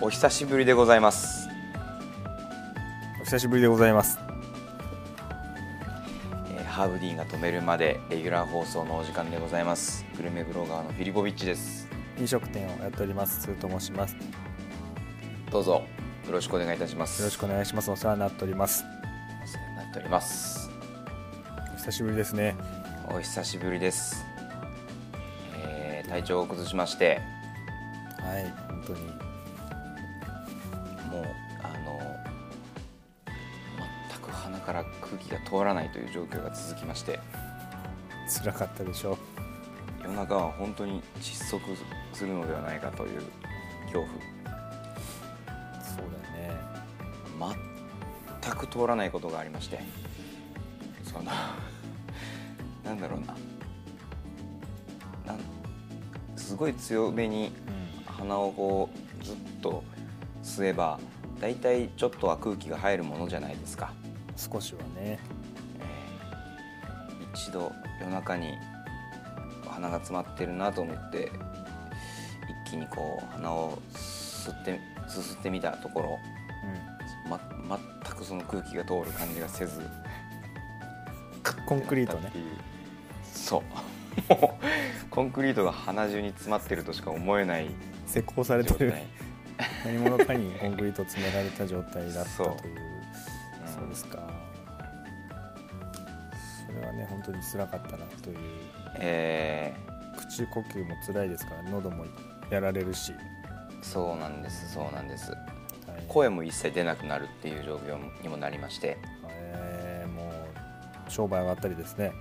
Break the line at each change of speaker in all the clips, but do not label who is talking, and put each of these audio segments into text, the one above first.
お久しぶりでございます、
お久しぶりでございます。
えーハーブディーンが止めるまでレギュラー放送のお時間でございますグルメブロガーのフィリボビッチです
飲食店をやっております。スーと申します。よ
どうぞよろしくお願いいたします
ろしくお願いします。お世話になっております。
お世話になっております
お久しぶりですね。
お久しぶりです、えー体調を崩しまして
はい、本当に。
もうあの全く鼻から空気が通らないという状況が続きまして
辛かったでしょ
夜中は本当に窒息するのではないかという恐
そうだね。
怖全く通らないことがありましてその なんだろうななんすごい強めに
うん。
鼻をこうずっと吸えば大体ちょっとは空気が入るものじゃないですか。
少しは
え
ね。
ー一度夜中に鼻が詰まってるなと思って一気にこう鼻を吸ってすすってみたところ、ま、全くその空気が通る感じがせず
うん。コンクリート
なったって。
ね
いうそう もうコンクリートが鼻中に詰まってるとしか思えない
施工され
状
てる。
態
何者かにコ ンクリート詰められた状態だった
そう
とい
う
う。
ん
そうですか。それはね、本当に辛かったなという。
え
口呼吸も辛いですから、喉もやられるし。
ーそうなんですそうなんです
はい
声も一切出なくなるっていう状況にもなりまして
えー、もう商売上がったりですね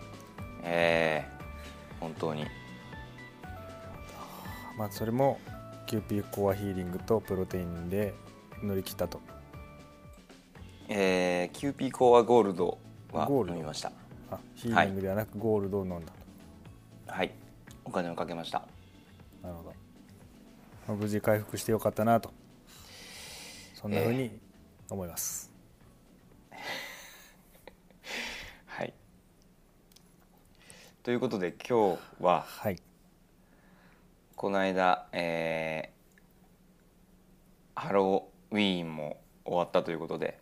えー本当に
まあそれもキューピーコアヒーリングとプロテインで乗り切ったと
えーキューピーコアゴールドは
ゴールド
飲みました
あヒーリングではなくゴールドを飲んだと、
はいお金をかけました
なるほど、まあ無事回復してよかったなとそんなふうに思います、
はいということで今日は
はい
この間、えーハロウィーンも終わったということで、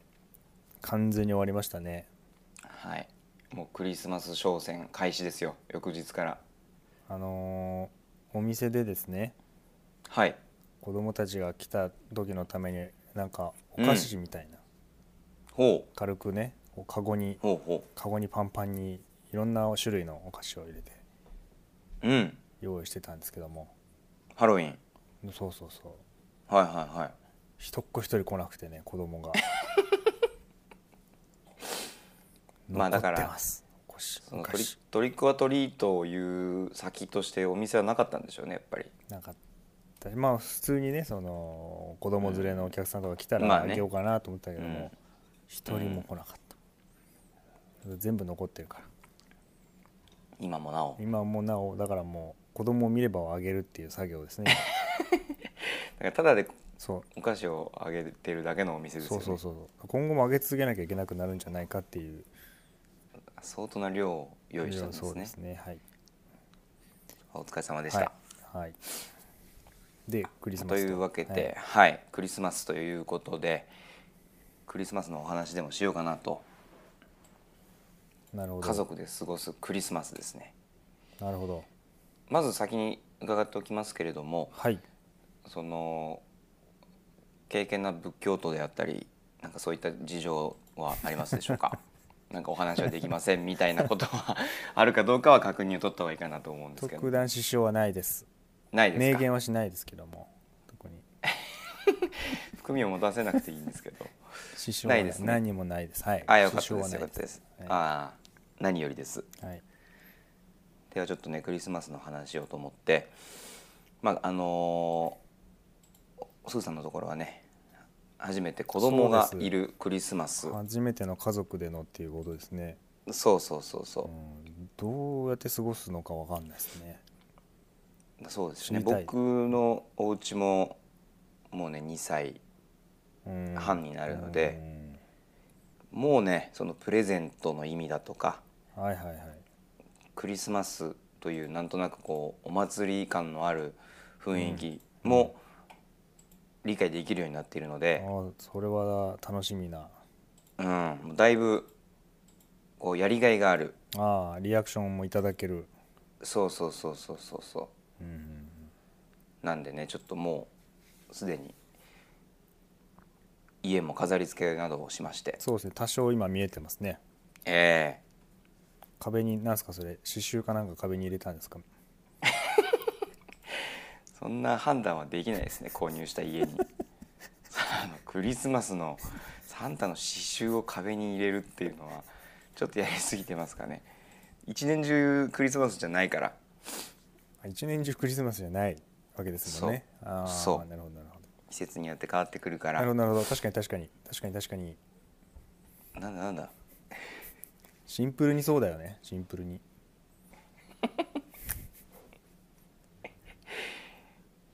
完全に終わりましたね
はい、もうクリスマス商戦開始ですよ翌日から
あのーお店でですね
はい
子供たちが来た時のためになんかお菓子みたいな、
ほう
軽くねこうカゴに
ほうほ
カゴにパンパンにいろんな種類のお菓子を入れて
ううん
用意してたんですけども
ハロウィーン
そうそうそう
はいはいはい
一っ子一人来なくてね子供が
まあだから
残ってますお菓子
そ
お
の
菓
トリ
子
トリックはトリートをいう先としてお店はなかったんでしょうねやっぱり
なんかまあ普通にねその子供連れのお客さんとか来た
まあ
らあ
ね
げようかなと思ったけど
うん
も一、人も来なかった、全部残ってるから
今もなお
今もなおだからもう子供を見ればをあげるっていう作業ですね
だからただで
そう
お菓子をあげてるだけのお店ですよ
そう
ね
そうそう今後も上げ続けなきゃいけなくなるんじゃないかっていう
相当な量を用意したんです
そ
ね
うですねはい
お疲れ様でした、
はい、はい、でクリスマス
というわけで、はいクリスマスということでクリスマスのお話でもしようかなと
はいなるほど
家族で過ごすクリスマスですね
なるほど
まず先に伺っておきますけれども
はい
その敬虔な仏教徒であったりなんかそういった事情はありますでしょう かなんかお話はできませんみたいなことは あるかどうかは確認を取った方がいいかなと思うんですけ
特
ど
段支障はないです
ないです
明
か
言はしないですけども特に
含みを持たせなくていいんですけど
支障は
ないですね
何にもないですはい
あよかっ
支
たで
障は
す
な
よ
い
かったです、
はい
ああ何よりです
はい
ではちょっとねクリスマスの話をと思ってまああのースーさんのところはね初めて子供が
そうです
いるクリスマスそう
初めての家族でのっていうことですね、
そうそうそう
うん、どうやって過ごすのかわかんないですね
そうですね
知りたい
僕のお家ももうね2歳
うん
半になるのでもうねそのプレゼントの意味だとか
うんはいはいはい
クリスマスというなんとなくこうお祭り感のある雰囲気も、理解できるようになっているので、
あそれは楽しみな
うん、だいぶこうやりがいがある
ああリアクションもいただける、
そうそうそうそうそうそ
うんうん
うなんでねちょっともうすでに家も飾り付けなどをしまして
そうですね多少今見えてますね
え
壁に何すかそれ刺繍かなんか壁に入れたんですか
えそんな判断はできないですね購入した 家にあのクリスマスのサンタの刺繍を壁に入れるっていうのはちょっとやりすぎてますかね一年中クリスマスじゃないから
あ一年中クリスマスじゃないわけですもんねああ
そう
なるほどなるほど
季節によって変わってくるか
な
ら
るほどなるほど確かに確かに確かに確かに
なんだなんだ
シンプルにそうだよねシンプルに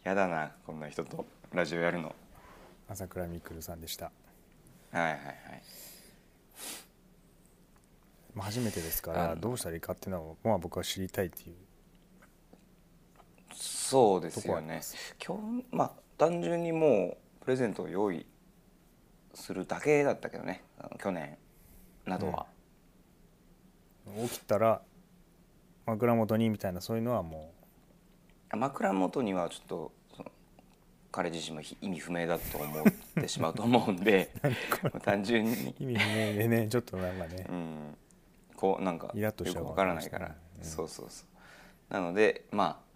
やだなこんな人とラジオやるの
朝倉未来さんでした、
はいはいはい
まあ、初めてですか
あ
ら
の
どうしたらいいかっていうのは、まあ、僕は知りたいっていう
そうです
とこは
よ
ありま
ね今日まあ単純にもうプレゼントを用意するだけだったけどねあの去年などは、
起きたら枕元にみたいなそういうのはも
枕元にはちょっとその彼自身もひ意味不明だと思ってしまうと思うん でまあ単純に
う意味不明でねちょっとなんかね
うん、こうなんか
イラッとしちゃ
よ
う
くわからないから、
わかりますねうん
そうそうそうなのでまあ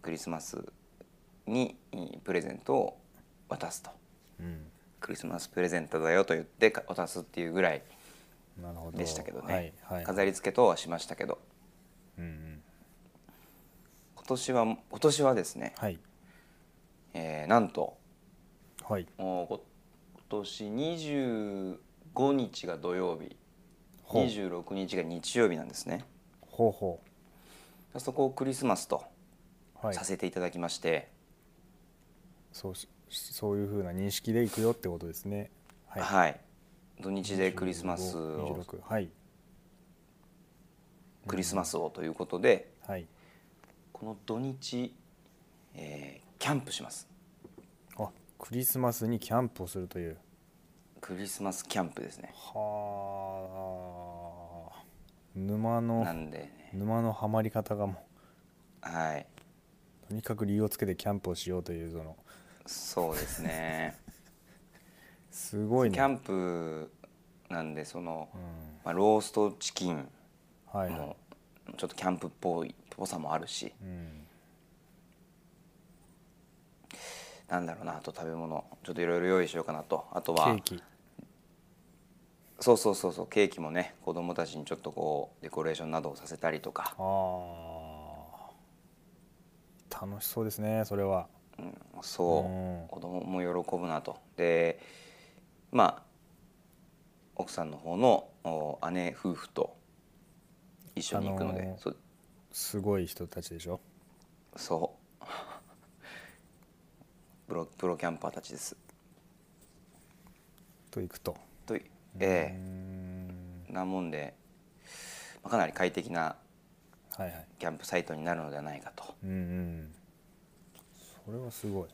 クリスマスにいいプレゼントを渡すと
うん
クリスマスプレゼントだよと言ってか渡すっていうぐらい
なるほど
でしたけどね、
はいはい
飾り付けとはしましたけど
うんうん
今年は今年はですね、
はい
えーなんと
はい
もうこ今年25日が土曜日
ほう
26日が日曜日なんですね
ほうほ
そこをクリスマスと
うはい
させていただきまして、
そうしそういうふうな認識でいくよってことですねは
はい、土日でクリスマスを
26はい
クリスマスをということで
はい
この土日、えーキャンプします
あクリスマスにキャンプをするという
クリスマスキャンプですね
はあ沼
な
の
んでね
沼のはまり方がも
はい、
うとにかく理由をつけてキャンプをしようというその
そうですね。
すごい
キ
ね
ャンプなんでその、
うん
まあ、ローストチキン
はいはい
もちょっとキャンプっぽいっぽさもあるし、
うん
なんだろうなあと食べ物ちょっといろいろ用意しようかなとあと
ケ
は
ーキ
そうそうそうそうケーキもね子供たちにちょっとこうデコレーションなどをさせたりとか、
ああ楽しそうですねそれは
うん、そう、
うん
子供も喜ぶなとでまあ奥さんの方のお姉夫婦と一緒に行くので、
あのー
そ
すごい人たちでしょ
そう プロプロキャンパーたちです。
と行くと
という
ー
え
ん
えなもんで、まあ、かなり快適な
はいはい
キャンプサイトになるのではないかと
うんうんそれはすごい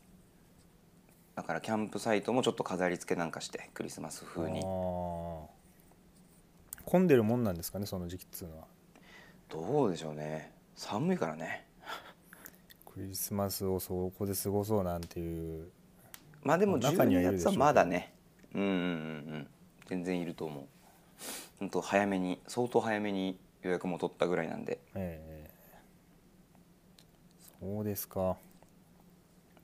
だからキャンプサイトもちょっと飾り付けなんかしてクリスマス風に
あー混んでるもんなんですかねその時期っつうのは
どうでしょうね寒いからね
クリスマスをそこで過ごそうなんていう
まあでも
中にはい
12
るでし
月は
ょうけど
まだねうんうんうんうん全然いると思うほんと早めに相当早めに予約も取ったぐらいなんで
ええそうですか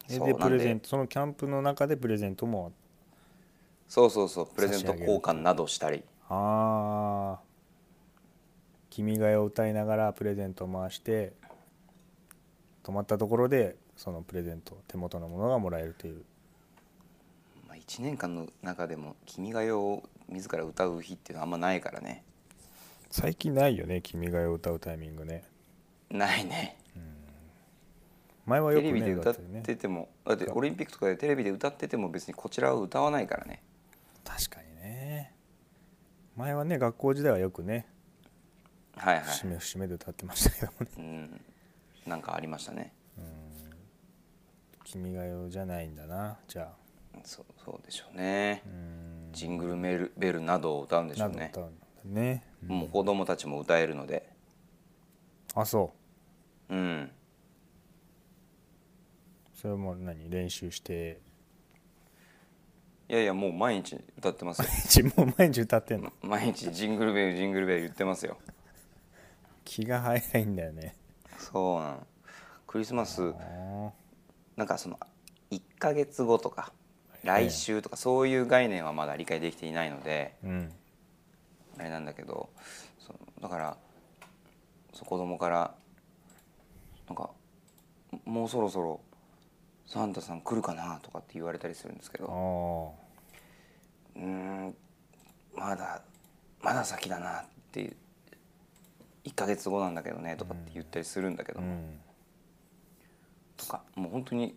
で
そう
で
なんで
プレゼントそのキャンプの中でプレゼントも
そうそうそうプレゼント
差し上げる
交換などしたり
ああ「君が代」を歌いながらプレゼントを回して泊まったところでそのプレゼント手元のものがもらえるという
まあ、1年間の中でも「君が代」を自ら歌う日っていうのはあんまないからね
最近ないよね「君が代」を歌うタイミングね
ないね
前はよ
テ
くね
レビで歌っ
だって
て
ね
てもだってオリンピックとかでテレビで歌ってても別にこちらは歌わないからね
確かにね前はね学校時代はよくね
はいはい
節目節目で歌ってましたけどもね
うんなんかありましたね
君が代じゃないんだなじゃあ
そうそうでしょうね
うーん
ジングルメルベルなどを歌うんでしょうね
なんだったんだね、うん
もう子供たちも歌えるので
あそ
うん
うそれも何練習して
いやいやもう毎日歌って ますよ
自分も毎日歌ってんの
毎日ジングルベルジングルベル言ってますよ
気が早いんだよね
そうなのクリスマス
あー
なんかその1ヶ月後とか来週とかそういう概念はまだ理解できていないので
うん
あれなんだけどそのだからそう子供からなんか「もうそろそろサンタさん来るかな?」とかって言われたりするんですけ
あ
ど
ー
「うーんまだまだ先だな」っていう「1ヶ月後なんだけどね」とかって言ったりするんだけど
う
も、
ん
とかもう本当に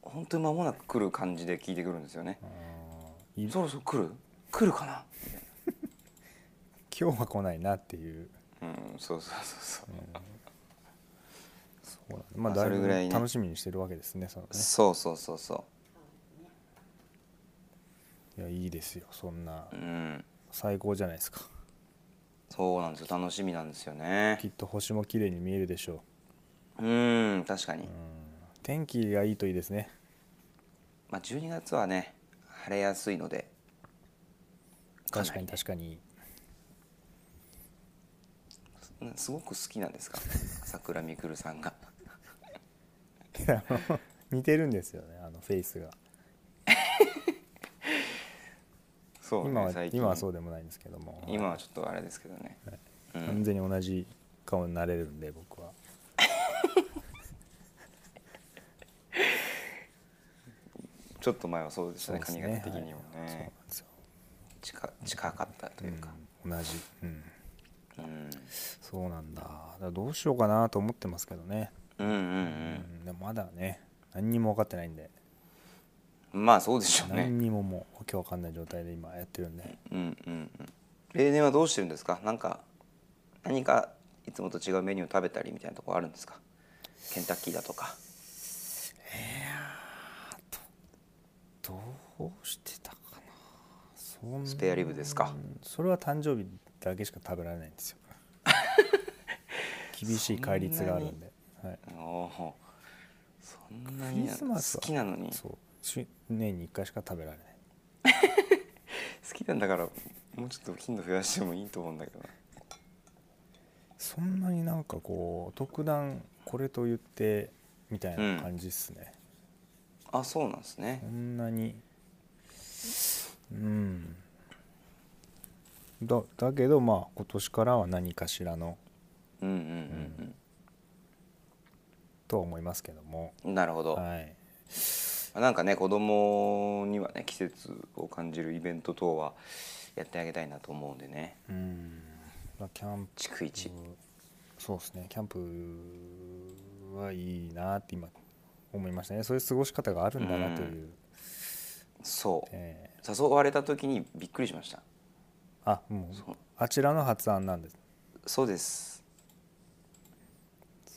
本当に間もなく来る感じで聞いてくるんですよね。
あーい
そろそろ来る来るかな
今日は来ないなっていう
うんそうそうそうそう、
そうだねま
ま
あ
あ
だい
それぐらい
ぶ
ね
楽しみにしてるわけですねそのね
そうそうそうそ
いやいいですよそんな
ううん
最高じゃないですか
そうなんですよ楽しみなんですよ
き
ね
っと星も綺麗に見えるでしょ
うん確かに、
う、うん、天気がいいといいですね
まあ、12月はね晴れやすいので
確かに
か
確かに
な りねすごく好きなんです か朝倉未来さんが
あの似てるんですよねあのフェイスが
そう
今
ね
は
最近
今はそうでもないんですけども
今はちょっとあれですけどね、う
完
ん、
全に同じ顔になれるんで僕は
ちょっと前はそうでしたね
そうです
髪
ね
型的にも
はいそうなん
ね
ですよ
近近かったというか、
うん同じうん
うん、
そうなんだだからどうしようかなと思ってますけどね、
うんうん
うん、でもまだね何にも分かってないんで
うんまあそうでしょうね
何にももう訳分かんない状態で今やってるんで
うんうんうん例年はどうしてるんですかなんか何かいつもと違うメニューを食べたりみたいなところあるんですかケンタッキーだとか
どうしてたかなそん
スペアリブですか
それは誕生日だけしか食べられないん ですよ厳しい戒律があるんではい、
おおそんな
ク
に
リスマス
好
は
きなのに好
そうし年に1回しか食べられない
きなんだからもうちょっと頻度増やしてもいいと思うんだけどな
そんなになんかこう特段これと言ってみたいな感じっすね、
あそうなんですね
そんなにうんだだけどまあ今年からは何かしらの
うんうんうん
とは思いますけども
うんなるほど、
はい
なんかね子供にはね季節を感じるイベント等はやってあげたいなと思うんでね
うんまあキャンプ
逐一
そうですねキャンプはいいなって今思いましたねそういう過ごし方があるんだなという、
そう
ええ
誘われた時にびっくりしました
あもう
そう
あちらの発案なんです
そうです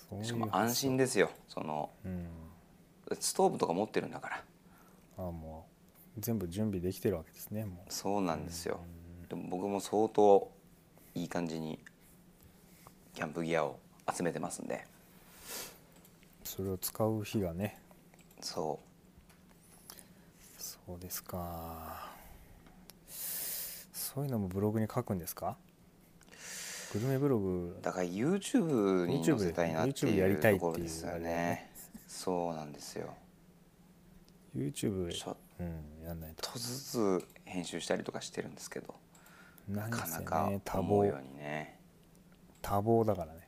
そういう
しかも安心ですよその
うん
ストーブとか持ってるんだから
あもう全部準備できてるわけですねもう
そうなんですよでも僕も相当いい感じにキャンプギアを集めてますんで
それを使う日がね
そ
そうですかそういうのもブログに書くんですかグルメブログ
うだから YouTube に載せたいなって
YouTube や
い
り
う
たいってい
と
う
ころですよ
あれだ
ね
ね
そうなんですよ
YouTube
ちょっ
うんやんないと
とずつ編集したりとかしてるんですけどな
な
ん
で
か
すよ
な
ね
か
多
思うよ
忙
うにね
多忙だからね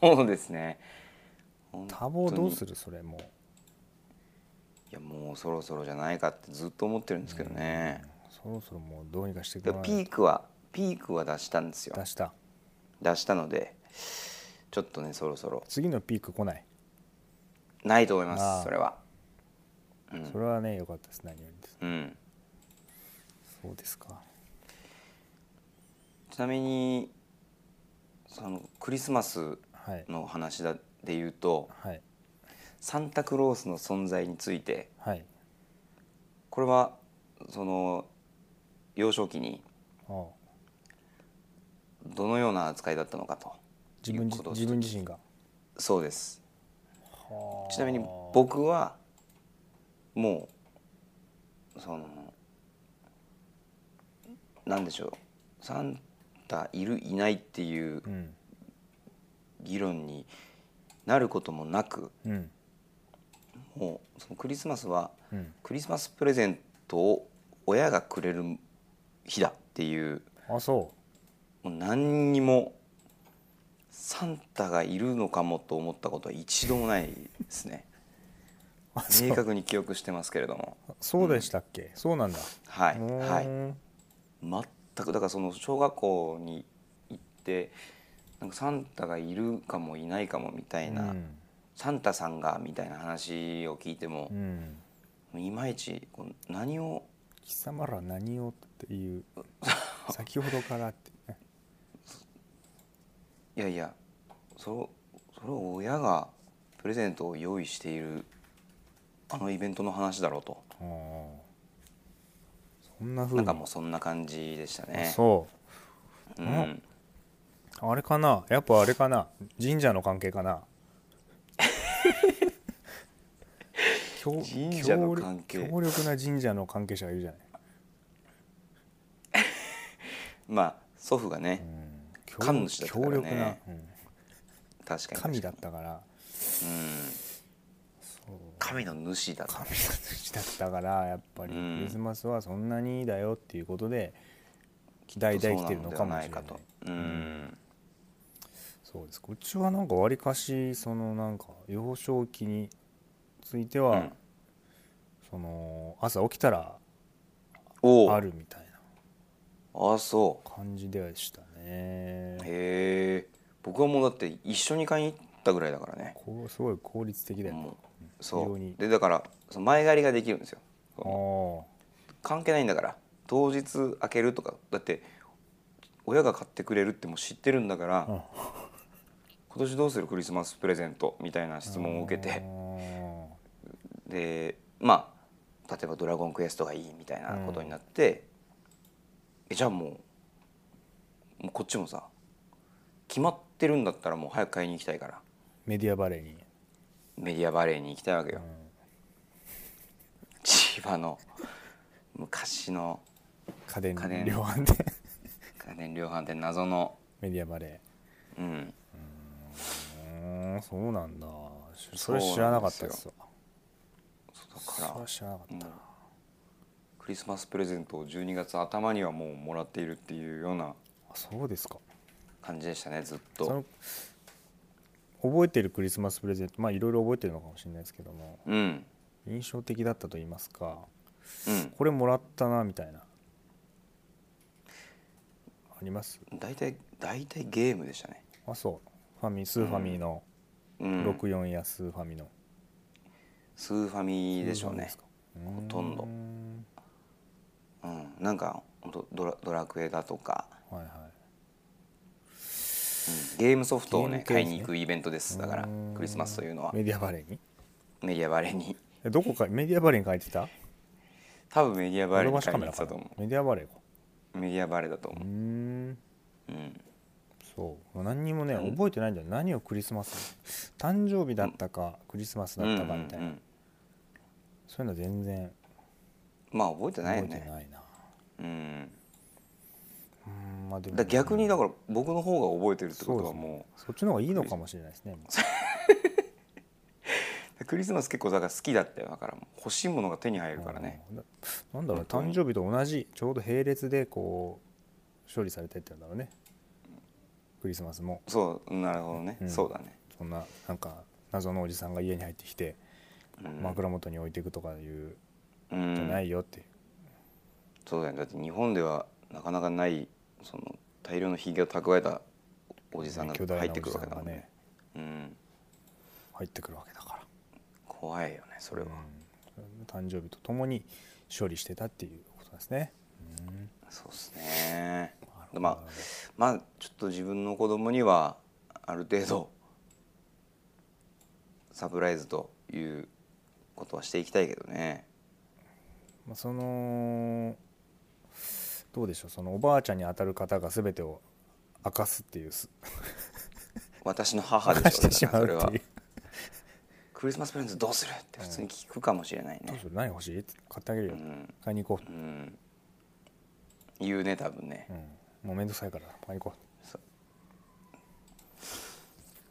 そうですね
多忙どう
る
するそれもう
いやもうそろそろじゃないかってずっと思ってるんですけどね、
そろそろもうどうにかしてく
で
れない
ピークはピークは出したんですよ
出した
出したのでちょっとねそろそろ
次のピーク来ない、
ないと思いま
ああ
すそれはうん
それはね良かったです何よりです
うん
そうですか
ちなみにそのクリスマス
はい
の話だで言うと
はい
サンタクロースの存在について
はい
これはその幼少期に
ああ
どのような扱いだったのかと
自分
いう
じ
こと
自分自身が
そうです
はあ
ちなみに僕はもうそのなんでしょうサンタいるいないっていう
うん
議論になることもなく
うん
もうそのクリスマスは
うん
クリスマスプレゼントを親がくれる日だっていう
あそ
もう何にもサンタがいるのかもと思ったことは一度もないですね
うあ そう
明確に記憶してますけれども
そうでしたっけ、そうなんだ
は
う
い
ー
はい
ん
全くだからその小学校に行ってなんかサンタがいるかもいないかもみたいな、
うん
サンタさんがみたいな話を聞いても
う、ん
いまいちこう何を
貴様ら何をって いう先ほどからってね
いやいやそそれを親がプレゼントを用意しているあのイベントの話だろうと、
ああそんなふう
な
に
んかもうそんな感じでした
あ
ね。
そう
う、
うんあれかなやっぱあれかな神社の関係か な強
神社の関係
強力強力な神社の関係者がいるじゃない、
まあ祖父が
う
ね、
ん、強
神主だったからね
強力な、うん
確かに
神だったか
うん、
らそう
神の主だ った
神主だったからやっぱり
うん
クリスマスはそんなにだよっていうことで代々来てるのかもしれな
そうな
い
のではないか
そうですうちはなんかわりかしそのなんか幼少期については、
うん
その朝起きたら
とうん、お
あ
あ
るみたいな
あそ
感じでした
う
ね
へえ僕はもうだって一緒に買いに行ったぐらいだからね
こうすごい効率的だよね
もうそ
非常に
うでだからその前借りができるんですよ
あー
関係ないんだから当日開けるとかだって親が買ってくれるってもう知ってるんだから、
うん
今年どうするクリスマスプレゼントみたいな質問を受け
あ
て
ー
でまあ例えば「ドラゴンクエスト」がいいみたいなことになって、えじゃあもうもうこっちもさ決まってるんだったらもう早く買いに行きたいから
メディアバレーに、
メディアバレーに行きたいわけ
う
よ
ん、
千葉の昔の
家電
家電
量販店
家電量販店謎の
メディアバレ
うん
ーうーんそうなんだしそ
そうなんで
れ
すよ
知らなかったですわ
だ
そ
か
れは
ら
知らなかったな、
クリスマスプレゼントを12月頭にはもうもらっているっていうような
あそうですか
感じでしたねずっ
そ
と
の覚えてるクリスマスプレゼントまあいろいろ覚えてるのかもしれないですけども
うん
印象的だったと言いますか
うん
これもらったなみたいなあります
大体大体ゲームでしたね、
あそうファミスーファミの
うん、
64やスーファミの、
スーファミでしょうね
スーファミですか
ほとんど
うーん
うん、なんかほんとドラドラクエだとか、
はいはい
うんゲームソフトをね
ゲー
買
ム系ですね
いに行くイベントですだから
うーん
クリスマスというのは
メディアバレーに
メディアバレーに
えどこかメディアバレーに書いてた
多分メディアバレ
ヨド
ーに
バシ
買
カ
いに
メ
行
ラ
って
か
たと
な
思
メディアバレーか
うメディアバレーだと
うー
思
ん
う、うん、
そう何にもね
うん
覚えてないんだよ何をクリスマス誕生日だったかクリスマスだったかみたいな、
うんうん
そういうの全然
うんまあ覚えて
覚
ない
え
よ
て
ね
ないな
うん
うーんまあでも
だから逆にだから僕の方が覚えてるってことは
そうですね
も
そっちの方がいいのかもしれないですね
うクリスマス結構だから好きだったよだから欲しいものが手に入るからね
うんななんだろ
本
う
当に
誕生日と同じちょうど並列でこう処理されてってんだろうねクリスマスも
そうなるほどね、
うん
そうだね、
そんななんか謎のおじさんが家に入ってきて
うん、
枕元に置いていくとかいう
うん
じゃないよって、
そうだよねだって日本ではなかなかないその大量のひげを蓄えたおじさんが
巨大
入
な
っ
お
てく
じ
る
さ
わけ
ん
だ
が
もんね
ね
うん
入ってくるわけだから
怖いよねそれは、
うん誕生日とともに処理してたっていうことですね、うん
そうですね
なるほど
まあまあちょっと自分の子供にはある程度サプライズということはしていきたいけどね
まあ、そのどうでしょうそのおばあちゃんに当たる方が全てを明かすっていうす
私の
明
母で
か
し
し
ょ
てしまう
そ
っ
れは
ていう
クリスマスプレゼントどうするって普通に聞くかもしれない
どう
ね
する何欲しいって買ってあげる
う
よ
ん、
買いに行こ
うん、言うね多分ね
う、うん、もうめんどくさいから買いに行こう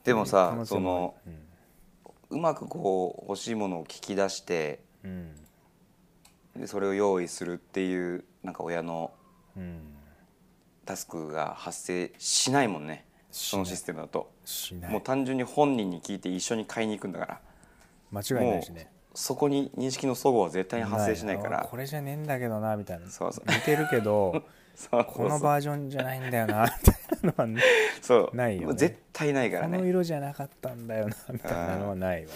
でも
可
さ
能性
その
ある
うまくこう欲しいものを聞き出して
うん
でそれを用意するっていうなんか親の
うん、うん、
タスクが発生しないもんねそのシステムだと、
しない
もう単純に本人に聞いて一緒に買いに行くんだから
間違いないしね
そこに認識の齟齬は絶対に発生しないか
あ
ら
これじゃねえんだけどなみたいな
そうそう
似てるけ ど
そう
この
そう
バージョンじゃないんだ よなみたいなのはね
そう
ないよね
絶対ないから
この
ね
色じゃなかったんだよな みたいなのはないわ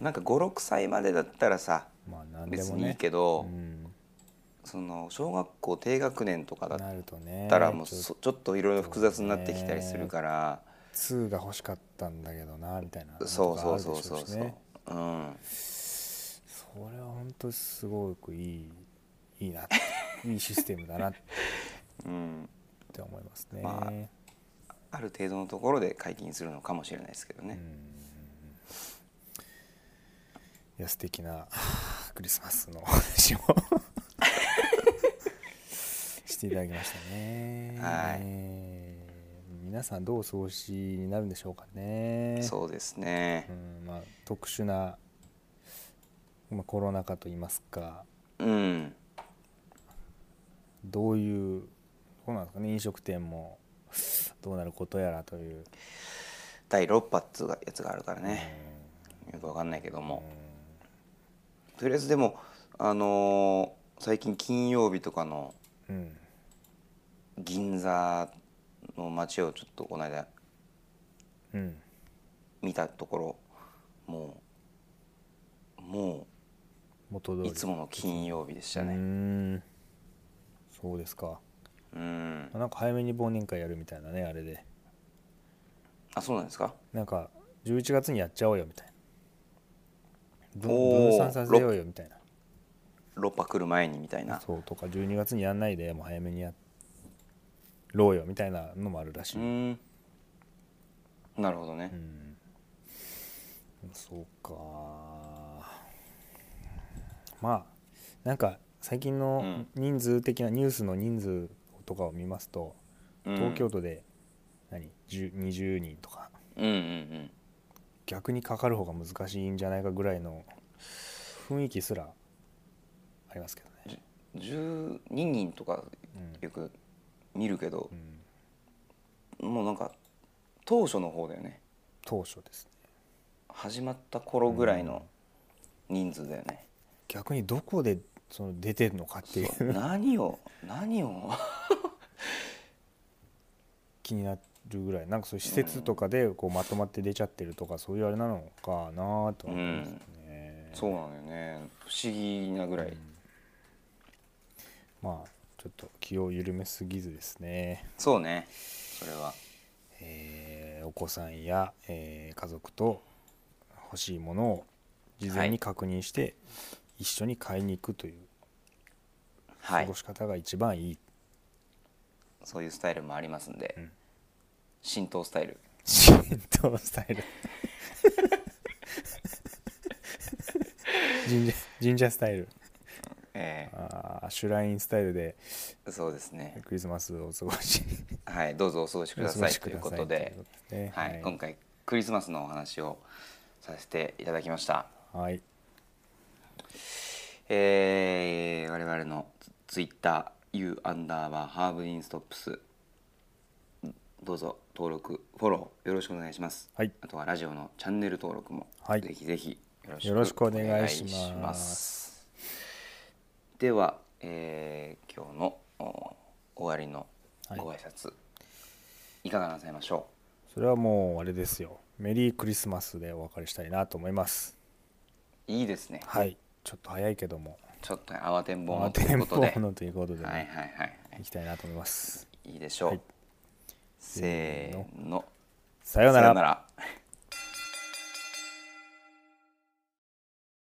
なんか56歳までだったらさ
まあ何で
別
も
にいい
ね
けど、
うん
その小学校低学年とかだっ
なるとね
たらもう
ちょっと
そちょっといろいろ複雑になってきたりするから、
2が欲しかったんだけどなみたいな
そう
のとか
そ
あ
う
るでし
そ
ょ
うそう
し
そう、
ね
うん
それは本当すごくいいいいなっていいシステムだなっ
うん、
て思いますね、
まあある程度のところで解禁するのかもしれないですけど
うん
ね、
いや素敵な クリスマスのお話を していただきましたね
はい
えー皆さんどうお過ごしになるんでしょうかね
そうですね
うんまあ、特殊な、まあ、コロナ禍といいますか
うん
どういうどうなんですかね飲食店もどうなることやらという、
第6波っつうがやつがあるからね、よくわかんないけど
うん
も、とりあえずでもあのー最近金曜日とかの
うん
銀座の街をちょっとこの間
うん
見たところもうも
元通
う
り
いつもの金曜日でした
う
ね
んそうですか
うん
なんか早めに忘年会やるみたいなねあれで
あそうなんですか
なんか11月にやっちゃおうよみたいなぶ
おー
分散させようよみたいな
6波来る前にみたいな
そうとか12月にやんないでもう早めにやろうよみたいなのもあるらし
う
い、
んなるほどね、
うんそうかまあなんか最近の人数的なニュースの人数とかを見ますと、
うん
東京都で何10 20人とか
うんうんうん
逆にかかる方が難しいんじゃないかぐらいの雰囲気すらありますけどね。
12人とかよく見るけど
う、ん、
もうなんか当初の方だよね
当初ですね
始まった頃ぐらいの人数だよね、
逆にどこでその出てるのかっていう
何を何を
気になるぐらいなんかそういう施設とかでこうまとまって出ちゃってるとかそういうあれなのかなとは思いますね、
そうなのよね不思議なぐらい、
まあちょっと気を緩めすぎずですね、
そうねそれは
えーお子さんや、えー家族と欲しいものを事前に確認して一緒に買いに行くという
は
過
い
ごし方が一番 いい、
そういうスタイルもありますんで、
うん
浸透スタイル
浸透スタイル神社神社スタイル
え
あーシュラインスタイルで
えそうですね
クリスマスをお過ごし
はいどうぞお過ごしくだ
お過
さ
ご
いと
しく
い
だ
う
さい
ことで
ということで
はい
はい
今回クリスマスのお話をさせていただきました
はい
えー我々のツイッター U アンダーバーハーブインストップスどうぞ登録フォローよろしくお願いします、
はい
あとはラジオのチャンネル登録も、
はい
ぜひぜひ
よろしくお願いします
お願いすでは、えー今日のお終わりのご挨拶、い、かがなさいましょ
それはもうあれですよメリークリスマスでお別れしたいなと思います
ういいですね、
はいちょっと早いけども
ちょっと慌てんぼうのとい
テ
う
ン
ことで
ポのということで、
はいはい
ね
はいはい
行きたいなと思います
いいでしょう、
はい
せーの
さようなら
ら